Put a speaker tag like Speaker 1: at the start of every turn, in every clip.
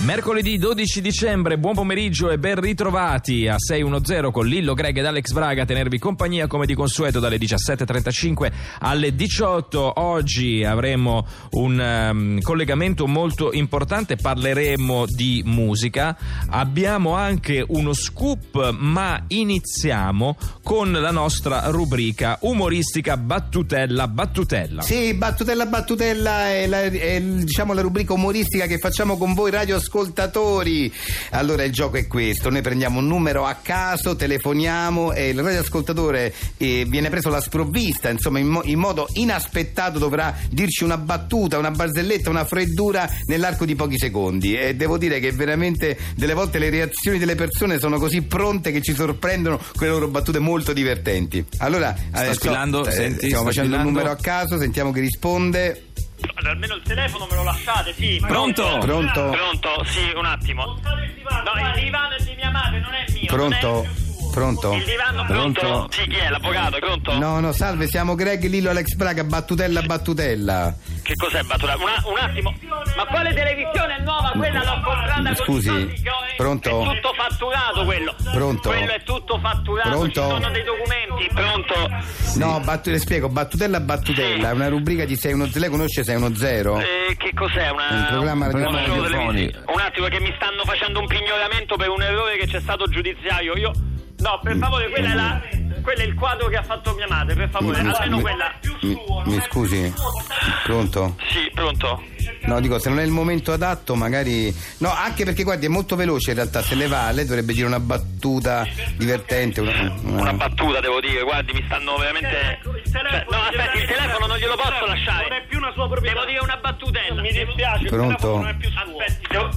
Speaker 1: Mercoledì 12 dicembre, buon pomeriggio e ben ritrovati a 610 con Lillo Greg ed Alex Braga a tenervi compagnia come di consueto dalle 17.35 alle 18. Oggi avremo un ehm, collegamento molto importante, parleremo di musica, abbiamo anche uno scoop ma iniziamo con la nostra rubrica umoristica Battutella Battutella.
Speaker 2: Sì, battutella battutella è, la, è, diciamo la rubrica umoristica che facciamo con voi radioascoltatori. Allora il gioco è questo, noi prendiamo un numero a caso, telefoniamo e il radioascoltatore eh, viene preso alla sprovvista, insomma in, mo- in modo inaspettato dovrà dirci una battuta, una barzelletta, una freddura nell'arco di pochi secondi e devo dire che veramente delle volte le reazioni delle persone sono così pronte che ci sorprendono con le loro battute molto divertenti. Allora, adesso-
Speaker 1: squillando, senti,
Speaker 2: Eh, stiamo
Speaker 1: sta
Speaker 2: facendo un
Speaker 1: squillando.
Speaker 2: numero a caso, sentiamo chi risponde.
Speaker 3: Allora, almeno il telefono me lo lasciate, sì.
Speaker 1: Pronto?
Speaker 2: Pronto?
Speaker 3: Pronto? Sì, un attimo. No, il divano è di mia madre, non è mio.
Speaker 2: Pronto? Pronto?
Speaker 3: Il divano
Speaker 2: Pronto?
Speaker 3: pronto? Sì, chi è? L'avvocato, pronto?
Speaker 2: No, no, salve, siamo Greg Lillo Alex Braga, battutella battutella.
Speaker 3: Che cos'è Batura? Una- un attimo. Ma quale televisione è nuova? Quella l'ho comprata
Speaker 2: Scusi,
Speaker 3: con i soldi che ho- eh.
Speaker 2: pronto?
Speaker 3: È tutto fatturato quello.
Speaker 2: Pronto?
Speaker 3: Quello è tutto fatturato.
Speaker 2: Pronto?
Speaker 3: Ci sono dei documenti. Pronto?
Speaker 2: No, battu- le spiego, battutella battutella, è una rubrica di 610, lei conosce 610?
Speaker 3: Eh, che cos'è? Una,
Speaker 2: Un programma
Speaker 3: un
Speaker 2: radiofonico.
Speaker 3: show televisivo? Un attimo, che mi stanno facendo un pignoramento per un errore che c'è stato giudiziario. Io. No, per favore, quella è la. Quello è il quadro che ha fatto mia madre, per favore,
Speaker 2: Mi- mi-
Speaker 3: almeno
Speaker 2: mi-
Speaker 3: quella.
Speaker 2: Mi, mi scusi, pronto?
Speaker 3: Sì, pronto.
Speaker 2: No, dico, se non è il momento adatto, magari. No, anche perché guardi, è molto veloce in realtà, se le va, lei dovrebbe girare una battuta divertente. una- una-
Speaker 3: Una battuta devo dire, guardi, mi stanno veramente. Cioè, no, aspetti, il telefono non glielo posso lasciare. Non è più una sua proprietà. Devo dire una battutella. Mi dispiace,
Speaker 2: Pronto? telefono non è
Speaker 3: più suo. Aspetti, devo-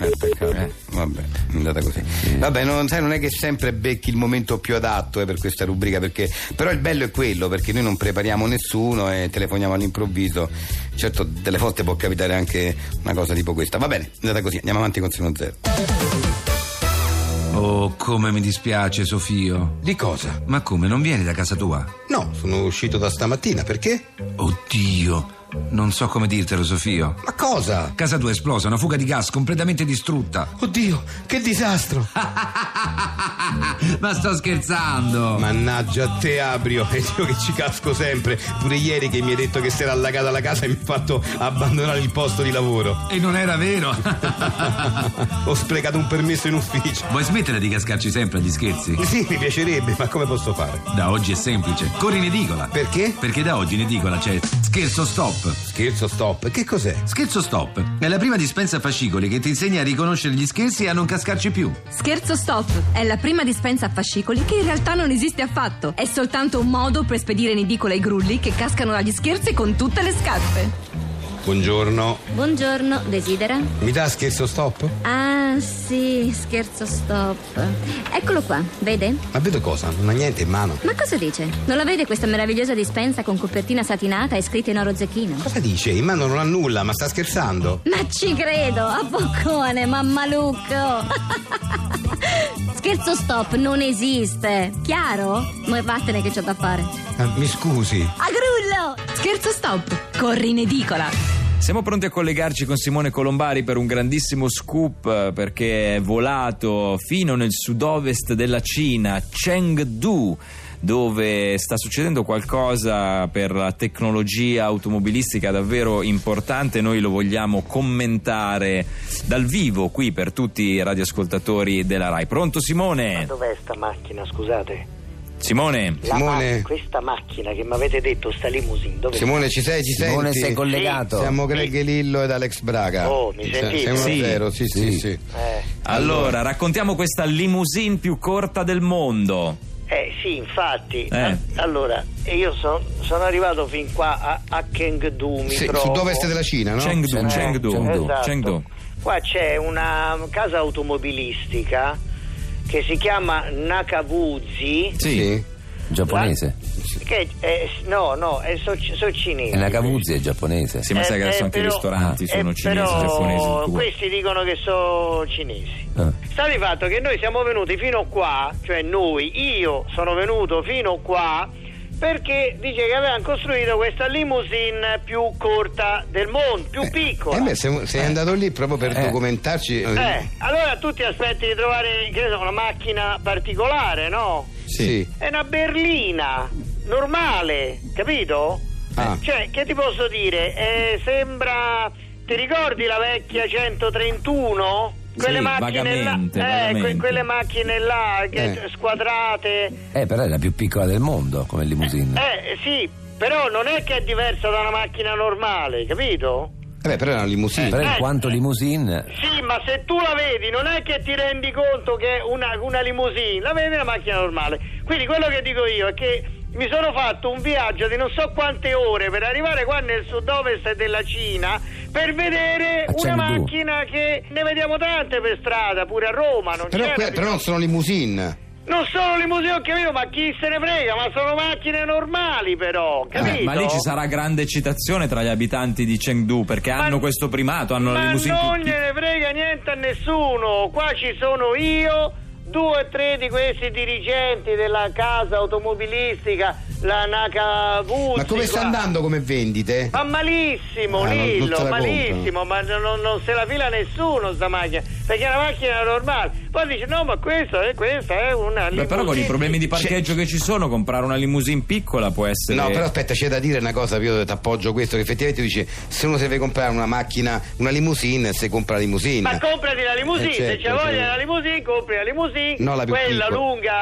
Speaker 2: Eh, peccato. Vabbè, è andata così. Vabbè, non, sai, non è che sempre becchi il momento più adatto eh, per questa rubrica, perché però il bello è quello, perché noi non prepariamo nessuno e telefoniamo all'improvviso. Certo, delle volte può capitare anche una cosa tipo questa. Va bene, è andata così, andiamo avanti con Seno Zero.
Speaker 4: Oh, come mi dispiace, Sofio.
Speaker 5: Di cosa?
Speaker 4: Ma come, non vieni da casa tua?
Speaker 5: No, sono uscito da stamattina, perché?
Speaker 4: Oddio, non so come dirtelo, Sofio.
Speaker 5: Ma cosa?
Speaker 4: Casa tua è esplosa, una fuga di gas completamente distrutta.
Speaker 5: Oddio, che disastro!
Speaker 4: Ma sto scherzando!
Speaker 5: Mannaggia a te, Abrio, e io che ci casco sempre. Pure ieri che mi hai detto che si era allagata la casa e mi hai fatto abbandonare il posto di lavoro.
Speaker 4: E non era vero!
Speaker 5: Ho sprecato un permesso in ufficio.
Speaker 4: Vuoi smettere di cascarci sempre agli scherzi?
Speaker 5: Sì, mi piacerebbe, ma come posso fare?
Speaker 4: Da oggi è semplice. Corri in edicola.
Speaker 5: Perché?
Speaker 4: Perché da oggi in edicola c'è Scherzo Stop.
Speaker 5: Scherzo, stop. Che cos'è?
Speaker 4: Scherzo Stop è la prima dispensa fascicoli che ti insegna a riconoscere gli scherzi e a non cascarci più.
Speaker 6: Scherzo Stop è la prima dispensa a fascicoli che in realtà non esiste affatto. È soltanto un modo per spedire in edicola i grulli che cascano dagli scherzi con tutte le scarpe.
Speaker 5: Buongiorno.
Speaker 7: Buongiorno, desidera?
Speaker 5: Mi dà scherzo, stop?
Speaker 7: Ah, sì, scherzo stop. Eccolo qua, vede?
Speaker 5: Ma vedo cosa? Non ha niente in mano.
Speaker 7: Ma cosa dice? Non la vede questa meravigliosa dispensa con copertina satinata e scritta in oro zecchino?
Speaker 5: Cosa dice? In mano non ha nulla, ma sta scherzando.
Speaker 7: Ma ci credo, a boccone, mammalucco! scherzo stop non esiste, chiaro? Ma vattene che c'ho da fare.
Speaker 5: Ah, mi scusi.
Speaker 7: A grullo!
Speaker 6: Scherzo Stop, corri in edicola.
Speaker 1: Siamo pronti a collegarci con Simone Colombari per un grandissimo scoop eh, perché è volato fino nel sud-ovest della Cina, Chengdu, dove sta succedendo qualcosa per la tecnologia automobilistica davvero importante. Noi lo vogliamo commentare dal vivo qui per tutti i radioascoltatori della RAI. Pronto
Speaker 8: Ma
Speaker 1: Simone?
Speaker 8: dov'è sta macchina, scusate?
Speaker 1: Simone?
Speaker 8: La
Speaker 5: Simone.
Speaker 3: Eh.
Speaker 8: ma- questa macchina che mi avete detto, sta limousine, dove?
Speaker 2: Simone, ci sei? Ci
Speaker 9: Simone,
Speaker 2: senti?
Speaker 9: sei collegato?
Speaker 2: Siamo Greg Lillo ed Alex Braga.
Speaker 8: Oh, mi sentite?
Speaker 2: Siamo
Speaker 1: Sì.
Speaker 2: Zero, sì, sì, sì.
Speaker 8: Eh,
Speaker 1: Allora, raccontiamo questa limousine più corta del mondo.
Speaker 8: eh, sì, infatti.
Speaker 1: Eh.
Speaker 8: A- Allora, io son- sono arrivato fin qua a, a Chengdu, mi
Speaker 2: Sì,
Speaker 8: trovo.
Speaker 2: sud-ovest della Cina, no?
Speaker 1: Chengdu,
Speaker 9: Eh,
Speaker 1: Chengdu,
Speaker 9: Chengdu.
Speaker 8: Esatto.
Speaker 1: Chengdu.
Speaker 8: Qua c'è una casa automobilistica che si chiama Nakabuzi.
Speaker 1: Sì.
Speaker 9: Giapponese.
Speaker 8: Che è- no, no, è so, so cinese.
Speaker 9: E Nakabuzi è giapponese.
Speaker 1: Sì, ma
Speaker 8: Eh,
Speaker 1: sai che adesso
Speaker 8: eh,
Speaker 1: anche i
Speaker 8: però-
Speaker 1: ristoranti
Speaker 8: eh,
Speaker 1: sono cinesi,
Speaker 8: però
Speaker 1: giapponesi. tu-
Speaker 8: Questi dicono che sono cinesi.
Speaker 9: Eh.
Speaker 8: Sta di fatto che noi siamo venuti fino qua, cioè noi, io sono venuto fino qua
Speaker 3: Perché dice che avevano costruito questa limousine più corta del mondo, più piccola.
Speaker 2: Eh beh, sei, sei andato lì proprio per
Speaker 9: Eh.
Speaker 2: documentarci.
Speaker 3: Eh, allora tu ti aspetti di trovare che ne so, una macchina particolare, no?
Speaker 2: Sì.
Speaker 3: È una berlina normale, capito?
Speaker 2: Ah.
Speaker 3: Cioè, che ti posso dire? Eh, sembra. Ti ricordi la vecchia 131?
Speaker 10: Sì, vagamente,
Speaker 3: là, eh, que-
Speaker 10: vagamente.
Speaker 3: quelle macchine là che
Speaker 2: Eh.
Speaker 3: squadrate.
Speaker 9: Eh, però è la più piccola del mondo come limousine.
Speaker 3: Eh, sì, però non è che è diversa da una macchina normale, capito?
Speaker 2: Eh beh, però è una limousine.
Speaker 9: Però
Speaker 3: eh.
Speaker 9: in quanto limousine.
Speaker 3: Sì, ma se tu la vedi non è che ti rendi conto che è una, una limousine, la vedi una macchina normale. Quindi quello che dico io è che mi sono fatto un viaggio di non so quante ore per arrivare qua nel sud-ovest della Cina per vedere
Speaker 9: Ah,
Speaker 3: una
Speaker 9: Chengdu.
Speaker 3: macchina che ne vediamo tante per strada, pure a Roma. Non,
Speaker 2: Però,
Speaker 3: c'era
Speaker 2: que-
Speaker 3: bisogno.
Speaker 2: però non sono limousine.
Speaker 3: non sono limousine, ho capito, ma chi se ne frega, ma sono macchine normali però, capito?
Speaker 1: Eh, ma lì ci sarà grande eccitazione tra gli abitanti di Chengdu perché
Speaker 3: Ma-
Speaker 1: hanno questo primato, hanno la
Speaker 3: Ma
Speaker 1: limousine
Speaker 3: non
Speaker 1: più piccola.
Speaker 3: gliene frega niente a nessuno. Qua ci sono io, due o tre di questi dirigenti della casa automobilistica, la Nakaguchi.
Speaker 2: Ma come sta
Speaker 3: qua.
Speaker 2: andando come vendite?
Speaker 11: Ah,
Speaker 3: Ma malissimo,
Speaker 2: Ah, non- non
Speaker 3: Lillo,
Speaker 2: te la
Speaker 3: malissimo, ma non, non se la fila nessuno sta macchina, perché è una macchina normale. Poi dice, no, ma questa è, questa è una
Speaker 1: Beh, però con i
Speaker 3: limousine.
Speaker 1: problemi di parcheggio che ci sono, comprare una limousine piccola può essere.
Speaker 2: No, però aspetta, c'è da dire una cosa, io ti appoggio questo, che effettivamente dice, se uno si deve comprare una macchina, una limousine, se compra la limousine.
Speaker 3: Ma comprati la limousine,
Speaker 2: Eh,
Speaker 3: se
Speaker 2: certo,
Speaker 3: c'è voglia
Speaker 2: certo.
Speaker 3: la limousine, compri la limousine,
Speaker 2: No, la più
Speaker 3: quella
Speaker 2: piccola.
Speaker 3: lunga.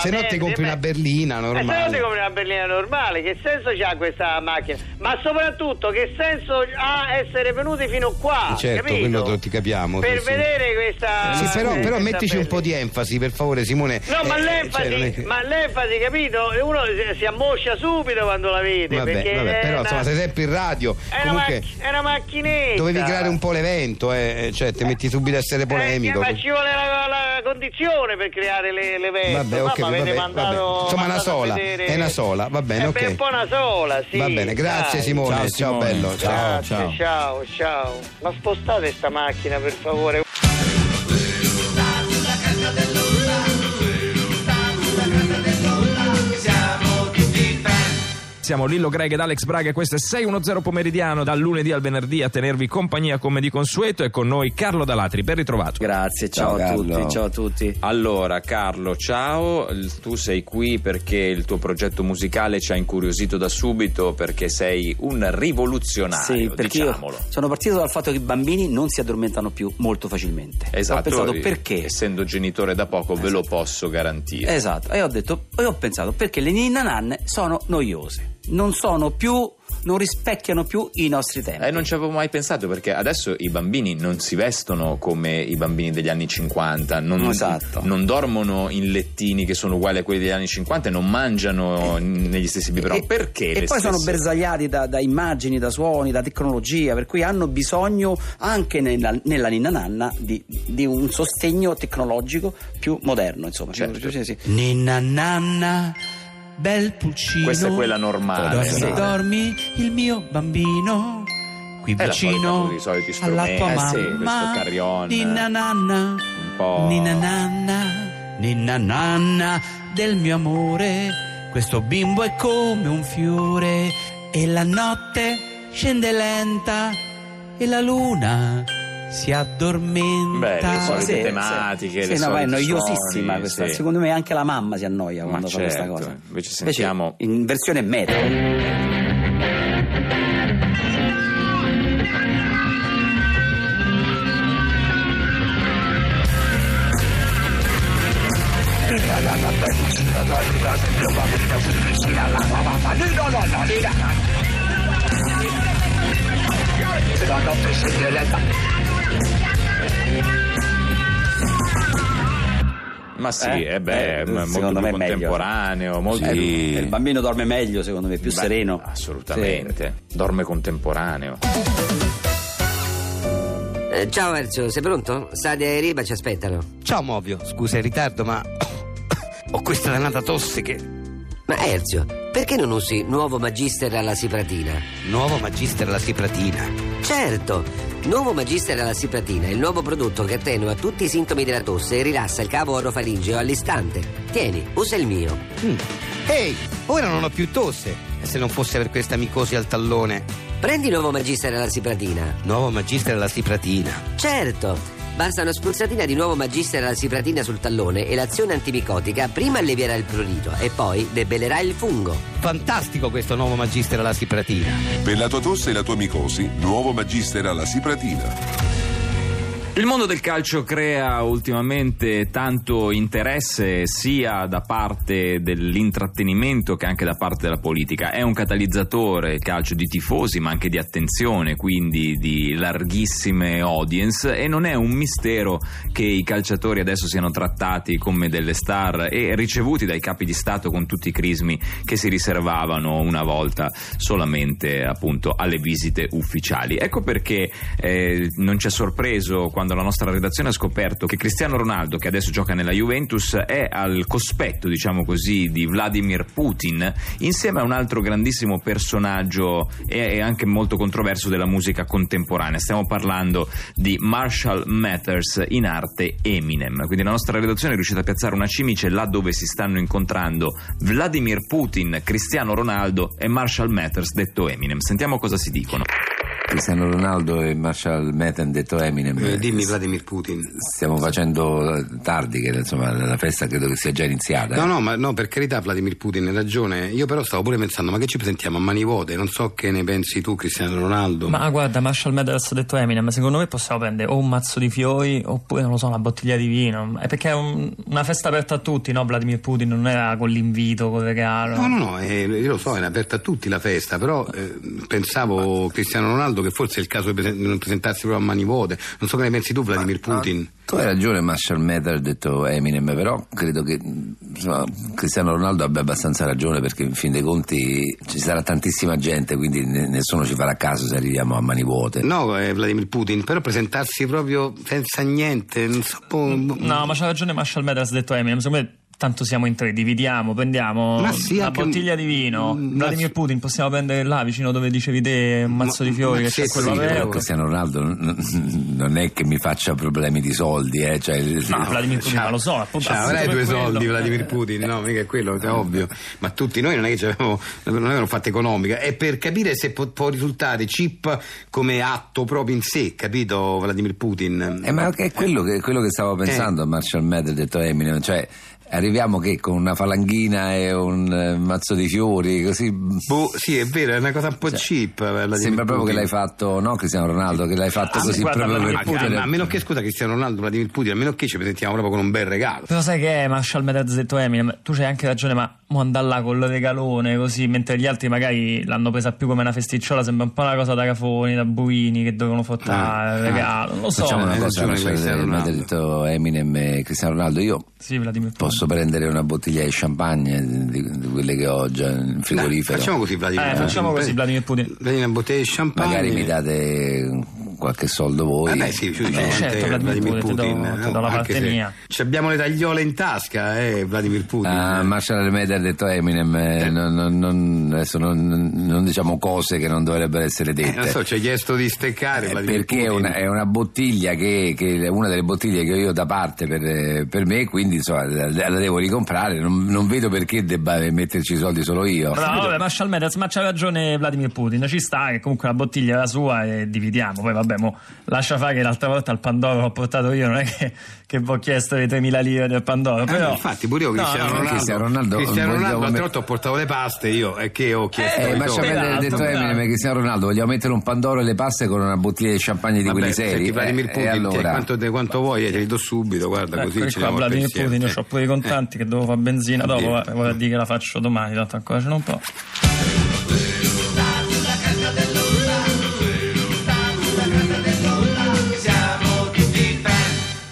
Speaker 2: Se no
Speaker 3: mezza
Speaker 2: ti
Speaker 3: e
Speaker 2: compri una
Speaker 3: mezza.
Speaker 2: berlina
Speaker 3: Eh, se no ti
Speaker 2: normale.
Speaker 3: compri una berlina normale, che senso c'ha questa macchina? Ma soprattutto che senso ha essere venuti fino qua?
Speaker 2: Certo,
Speaker 3: capito?
Speaker 2: quello lo- ti capiamo,
Speaker 3: Per
Speaker 2: sì, sì.
Speaker 3: vedere questa.
Speaker 2: Sì, però, però
Speaker 3: questa
Speaker 2: mettici un po'
Speaker 3: berlina.
Speaker 2: di enfasi, per favore, Simone.
Speaker 3: No, ma
Speaker 2: Eh,
Speaker 3: l'enfasi,
Speaker 2: cioè, non è che-
Speaker 3: ma l'enfasi, capito? Uno si, si ammoscia subito quando la vede.
Speaker 2: Vabbè,
Speaker 3: perché
Speaker 2: vabbè,
Speaker 3: è
Speaker 2: però
Speaker 3: una-
Speaker 2: insomma, sei sempre in radio.
Speaker 3: è una,
Speaker 2: Comunque
Speaker 3: macch- è una macchinetta.
Speaker 2: dovevi creare un po' l'evento, eh, cioè ti metti subito a essere polemico.
Speaker 3: Eh, ma ci vuole la, la condizione per creare le, le vesti.
Speaker 2: Vabbè, ok,
Speaker 3: Mamma, avete
Speaker 2: vabbè,
Speaker 3: mandato-
Speaker 2: vabbè. Insomma, una
Speaker 3: mandato a
Speaker 2: sola,
Speaker 3: vedere-
Speaker 2: è una sola, va bene,
Speaker 3: Eh,
Speaker 2: ok.
Speaker 3: beh, un po' una sola, sì.
Speaker 2: Va bene, grazie
Speaker 3: dai.
Speaker 2: Simone, ciao,
Speaker 1: Ciao, Simone.
Speaker 2: bello, ciao.
Speaker 3: Grazie, ciao. ciao, Ma spostate sta macchina, per favore.
Speaker 10: Siamo Lillo Greg ed Alex Braga e questo è 610 pomeridiano dal lunedì al venerdì a tenervi compagnia come di consueto e con noi Carlo Dalatri, ben ritrovato.
Speaker 5: Grazie, ciao,
Speaker 9: Ciao,
Speaker 5: a
Speaker 9: Carlo.
Speaker 5: tutti, ciao a tutti.
Speaker 1: Allora, Carlo, ciao. Il- Tu sei qui perché il tuo progetto musicale ci ha incuriosito da subito perché sei un rivoluzionario,
Speaker 5: Sì, perché io
Speaker 1: diciamolo.
Speaker 5: sono partito dal fatto che i bambini non si addormentano più molto facilmente. Ho
Speaker 1: Esatto.
Speaker 5: pensato
Speaker 1: e-
Speaker 5: perché?
Speaker 1: Essendo genitore da poco ve lo posso garantire.
Speaker 5: Esatto, e ho detto, e ho pensato perché le ninna nanne sono noiose, non sono più, non rispecchiano più i nostri tempi.
Speaker 1: Eh, non ci avevo mai pensato perché adesso i bambini non si vestono come i bambini degli anni 50, non,
Speaker 5: Esatto.
Speaker 1: non dormono in lettini che sono uguali a quelli degli anni 50 e non mangiano n- negli stessi biberon.
Speaker 5: Eh, E-
Speaker 1: perché?
Speaker 5: E
Speaker 1: le
Speaker 5: poi sono
Speaker 1: stesse-
Speaker 5: bersagliati da, da immagini, da suoni, da tecnologia, per cui hanno bisogno anche nella, nella ninna nanna di, di un sostegno tecnologico più moderno, insomma.
Speaker 1: Certo.
Speaker 5: Più- sì, sì. Ninna nanna, bel pulcino.
Speaker 1: Questa è quella normale.
Speaker 5: Dormi,
Speaker 1: Sì.
Speaker 5: dormi il mio bambino. Qui
Speaker 1: È la solita,
Speaker 5: vicino
Speaker 1: poi, i soliti
Speaker 5: alla
Speaker 1: strumenti,
Speaker 5: tua
Speaker 1: eh, sì,
Speaker 5: mamma.
Speaker 1: questo carillon.
Speaker 5: ninna nanna.
Speaker 1: Un po'.
Speaker 5: Ninna nanna, ninna nanna del mio amore, questo bimbo è come un fiore e la notte scende lenta e la luna si addormenta.
Speaker 1: Beh, le solite
Speaker 5: Sì,
Speaker 1: tematiche,
Speaker 5: sì.
Speaker 1: le
Speaker 5: Sì, no, ma è
Speaker 1: solite
Speaker 5: noiosissima
Speaker 1: storie,
Speaker 5: questa.
Speaker 1: sì.
Speaker 5: Secondo me anche la mamma si annoia
Speaker 1: Ma
Speaker 5: quando fa questa
Speaker 1: certo.
Speaker 5: cosa.
Speaker 1: Invece sentiamo-
Speaker 5: in versione metal.
Speaker 1: Ma sì,
Speaker 5: Eh?
Speaker 1: eh beh,
Speaker 5: Eh,
Speaker 1: m- molto
Speaker 5: secondo me
Speaker 1: più
Speaker 5: è meglio.
Speaker 1: contemporaneo, molto
Speaker 9: Sì.
Speaker 1: più-
Speaker 5: Il bambino dorme meglio, secondo me, più
Speaker 1: Beh,
Speaker 5: sereno.
Speaker 1: Assolutamente. Dorme contemporaneo.
Speaker 7: ciao Erzio, sei pronto? Stadia e Riba ci aspettano.
Speaker 2: Ciao Movio, scusa il ritardo, ma ho questa danata tosse che.
Speaker 7: Ma Erzio, perché non usi nuovo magister alla sipratina?
Speaker 2: Nuovo magister alla sipratina.
Speaker 7: Certo,
Speaker 11: Nuovo Magister alla Cipratina, il nuovo prodotto che attenua tutti i sintomi della tosse e rilassa il cavo orofaringeo all'istante. Tieni, usa il mio.
Speaker 5: Mm. Ehi, ora non ho più tosse. E se non fosse per questa micosi al tallone.
Speaker 11: Prendi nuovo Magister alla Cipratina.
Speaker 5: Nuovo Magister alla Cipratina.
Speaker 11: Certo! Basta una spruzzatina di nuovo Magister alla Cipratina sul tallone e l'azione antimicotica prima allevierà il prurito e poi debellerà il fungo.
Speaker 5: Fantastico questo nuovo Magister alla Cipratina.
Speaker 12: Per la tua tosse e la tua micosi, nuovo Magister alla Cipratina.
Speaker 1: Il mondo del calcio crea ultimamente tanto interesse sia da parte dell'intrattenimento che anche da parte della politica. È un catalizzatore il calcio di tifosi, ma anche di attenzione, quindi di larghissime audience e non è un mistero che i calciatori adesso siano trattati come delle star e ricevuti dai capi di Stato con tutti i crismi che si riservavano una volta solamente appunto alle visite ufficiali. Ecco perché eh, non ci ha sorpreso quando la nostra redazione ha scoperto che Cristiano Ronaldo, che adesso gioca nella Juventus, è al cospetto, diciamo così, di Vladimir Putin, insieme a un altro grandissimo personaggio e e anche molto controverso della musica contemporanea. Stiamo parlando di Marshall Mathers in arte Eminem. Quindi la nostra redazione è riuscita a piazzare una cimice là dove si stanno incontrando Vladimir Putin, Cristiano Ronaldo e Marshall Mathers, detto Eminem. Sentiamo cosa si dicono.
Speaker 9: Cristiano Ronaldo e Marshall Metten detto Eminem.
Speaker 2: Eh, dimmi Vladimir Putin.
Speaker 9: Stiamo facendo tardi, che insomma la festa credo che sia già iniziata.
Speaker 2: No, no, ma no, per carità Vladimir Putin hai ragione. Io però stavo pure pensando, ma che ci presentiamo a mani vuote? Non so che ne pensi tu, Cristiano Ronaldo.
Speaker 3: Ma guarda, Marshall Mathers ha detto Eminem, secondo me possiamo prendere o un mazzo di fiori oppure, non lo so, una bottiglia di vino. È perché è un- una festa aperta a tutti, no? Vladimir Putin non era con l'invito, col regalo.
Speaker 2: No, no, no, eh, io lo so, era aperta a tutti la festa, però eh, pensavo Cristiano Ronaldo che forse è il caso di presen- non presentarsi proprio a mani vuote. Non so che ne pensi tu, Vladimir Putin.
Speaker 9: Tu hai ragione, Marshall Mathers detto Eminem, però credo che insomma, Cristiano Ronaldo abbia abbastanza ragione perché in fin dei conti ci sarà tantissima gente, quindi ne- nessuno ci farà caso se arriviamo a mani vuote.
Speaker 2: No, eh, Vladimir Putin, però presentarsi proprio senza niente, non so. boh, boh.
Speaker 3: No, ma c'ha ragione Marshall Mathers ha detto Eminem, secondo me tanto siamo in tre, dividiamo, prendiamo
Speaker 2: Ma sì,
Speaker 3: una
Speaker 2: anche un- Mm,
Speaker 3: bottiglia di vino,
Speaker 2: un-
Speaker 3: Vladimir Putin possiamo prendere là vicino dove dicevi te un mazzo di fiori
Speaker 2: ma
Speaker 3: che
Speaker 2: sì,
Speaker 3: c'è
Speaker 2: sì,
Speaker 3: quello
Speaker 9: Però
Speaker 3: aperto.
Speaker 9: Cristiano Ronaldo n- non è che mi faccia problemi di soldi, eh, cioè,
Speaker 3: No, Vladimir Putin, ma lo so, appunto,
Speaker 2: Cioè,
Speaker 3: appunto
Speaker 2: avrai
Speaker 3: per
Speaker 2: due
Speaker 3: quello.
Speaker 2: soldi Vladimir Putin, no, mica è quello, è ovvio. Ma tutti noi non è che ci avevamo, non avevamo fatto economica. È per capire se può, può risultare chip come atto proprio in sé, capito Vladimir Putin?
Speaker 9: Eh, ma è quello che, quello che stavo
Speaker 2: Eh.
Speaker 9: pensando a Marshall Mathers detto Eminem, cioè arriviamo che con una falanghina e un eh, mazzo di fiori, così
Speaker 2: Boh, sì, è vero, è una cosa un po'
Speaker 9: Cioè,
Speaker 2: cheap. eh, Vladimir
Speaker 9: sembra proprio che
Speaker 2: Putin.
Speaker 9: l'hai fatto, no Cristiano Ronaldo, che l'hai fatto
Speaker 2: Ah,
Speaker 9: così
Speaker 2: guarda,
Speaker 9: proprio
Speaker 2: Vladimir
Speaker 9: per
Speaker 2: Putin,
Speaker 9: Putin.
Speaker 2: a meno che scusa Cristiano Ronaldo, Vladimir Putin, a meno che ci presentiamo proprio con un bel regalo.
Speaker 3: Però sai che è Marshall Mathers ha detto Eminem, tu c'hai anche ragione, ma mo andare là col regalone così, mentre gli altri magari l'hanno presa più come una festicciola, sembra un po' una cosa da cafoni, da buini che dovevano fottare il
Speaker 2: Ah,
Speaker 3: regalo, non lo so.
Speaker 9: Facciamo una
Speaker 2: hai
Speaker 9: cosa,
Speaker 2: ragione,
Speaker 9: Marshall
Speaker 2: Cristiano
Speaker 9: Mathers detto Eminem e Cristiano Ronaldo, io
Speaker 3: Sì, Vladimir Putin.
Speaker 9: posso prendere una bottiglia di champagne di, di quelle che ho già in frigorifero.
Speaker 2: Facciamo così, Vladimir
Speaker 3: Eh,
Speaker 2: Putin.
Speaker 3: facciamo così, Vladimir Putin.
Speaker 2: Prendi una bottiglia di champagne.
Speaker 9: Magari mi date qualche soldo voi.
Speaker 2: Eh beh sì, ci
Speaker 9: No.
Speaker 2: dice
Speaker 3: certo,
Speaker 2: quante-
Speaker 3: Vladimir
Speaker 2: Vladimir
Speaker 3: Putin, ti do-
Speaker 2: Putin, eh,
Speaker 3: ti do la
Speaker 2: anche
Speaker 3: parte
Speaker 2: se
Speaker 3: mia.
Speaker 2: ci abbiamo le tagliole in tasca, eh, Vladimir Putin.
Speaker 9: Ah, Marshall Mathers ha detto Eminem, eh, non, non- non- adesso non, non diciamo cose che non dovrebbero essere
Speaker 2: Eh, non
Speaker 9: dette.
Speaker 2: so, ci hai chiesto di steccare,
Speaker 9: Eh,
Speaker 2: Vladimir
Speaker 9: perché è
Speaker 2: Putin.
Speaker 9: una, è una bottiglia che, che è una delle bottiglie che io ho da parte per, eh, per me, quindi insomma, la, la devo ricomprare. Non, non vedo perché debba metterci i soldi solo io.
Speaker 3: No, vabbè, Marshall Mathers, ma c'ha ragione Vladimir Putin, ci sta che comunque la bottiglia è la sua e dividiamo, poi vabbè, mo, lascia fare che l'altra volta il Pandoro l'ho portato io, non è che, che vi ho chiesto le 3.000 lire del Pandoro,
Speaker 2: Eh,
Speaker 3: però...
Speaker 2: infatti, pure io
Speaker 3: No,
Speaker 2: Cristiano
Speaker 3: no,
Speaker 2: Ronaldo.
Speaker 9: Cristiano Ronaldo,
Speaker 2: Cristiano
Speaker 9: vogliamo
Speaker 2: Ronaldo,
Speaker 9: met-
Speaker 2: l'altra volta ho portato le paste io, e che ho chiesto.
Speaker 3: Eh,
Speaker 9: Eh,
Speaker 2: i
Speaker 9: ma ci
Speaker 2: soldi.
Speaker 3: Mathers
Speaker 9: ha
Speaker 3: Esatto,
Speaker 9: detto Eminem
Speaker 3: bravo.
Speaker 9: e Cristiano Ronaldo vogliamo mettere un pandoro alle paste con una bottiglia di champagne di
Speaker 2: Vabbè,
Speaker 9: quelli
Speaker 2: senti,
Speaker 9: seri
Speaker 2: Vladimir
Speaker 9: Eh, e
Speaker 2: Putin, cioè, ti-
Speaker 9: allora?
Speaker 2: quanto, te- quanto vuoi, eh, te li do subito, guarda,
Speaker 3: Ecco,
Speaker 2: così ci
Speaker 3: qua
Speaker 2: diamo il
Speaker 3: Vladimir
Speaker 2: pensiero.
Speaker 3: Putin, io
Speaker 2: Eh.
Speaker 3: ho pure i contanti che devo fare benzina dopo,
Speaker 2: Oddio.
Speaker 3: guarda, vorrei dire che la faccio domani, tanto ancora ce n'è un po'.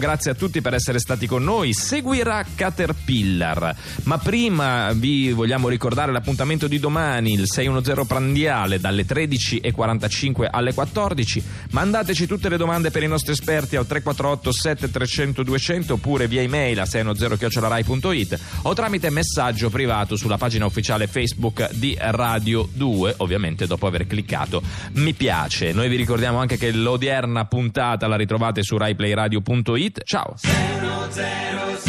Speaker 1: grazie a tutti per essere stati con noi. Seguirà Caterpillar, ma prima vi vogliamo ricordare l'appuntamento di domani, il 610 Prandiale, dalle 13.45 alle 14. Mandateci tutte le domande per i nostri esperti al 348 7300 200 oppure via email a 610-rai.it o tramite messaggio privato sulla pagina ufficiale Facebook di Radio 2, ovviamente dopo aver cliccato mi piace. Noi vi ricordiamo anche che l'odierna puntata la ritrovate su raiplayradio.it. Ciao!
Speaker 13: 006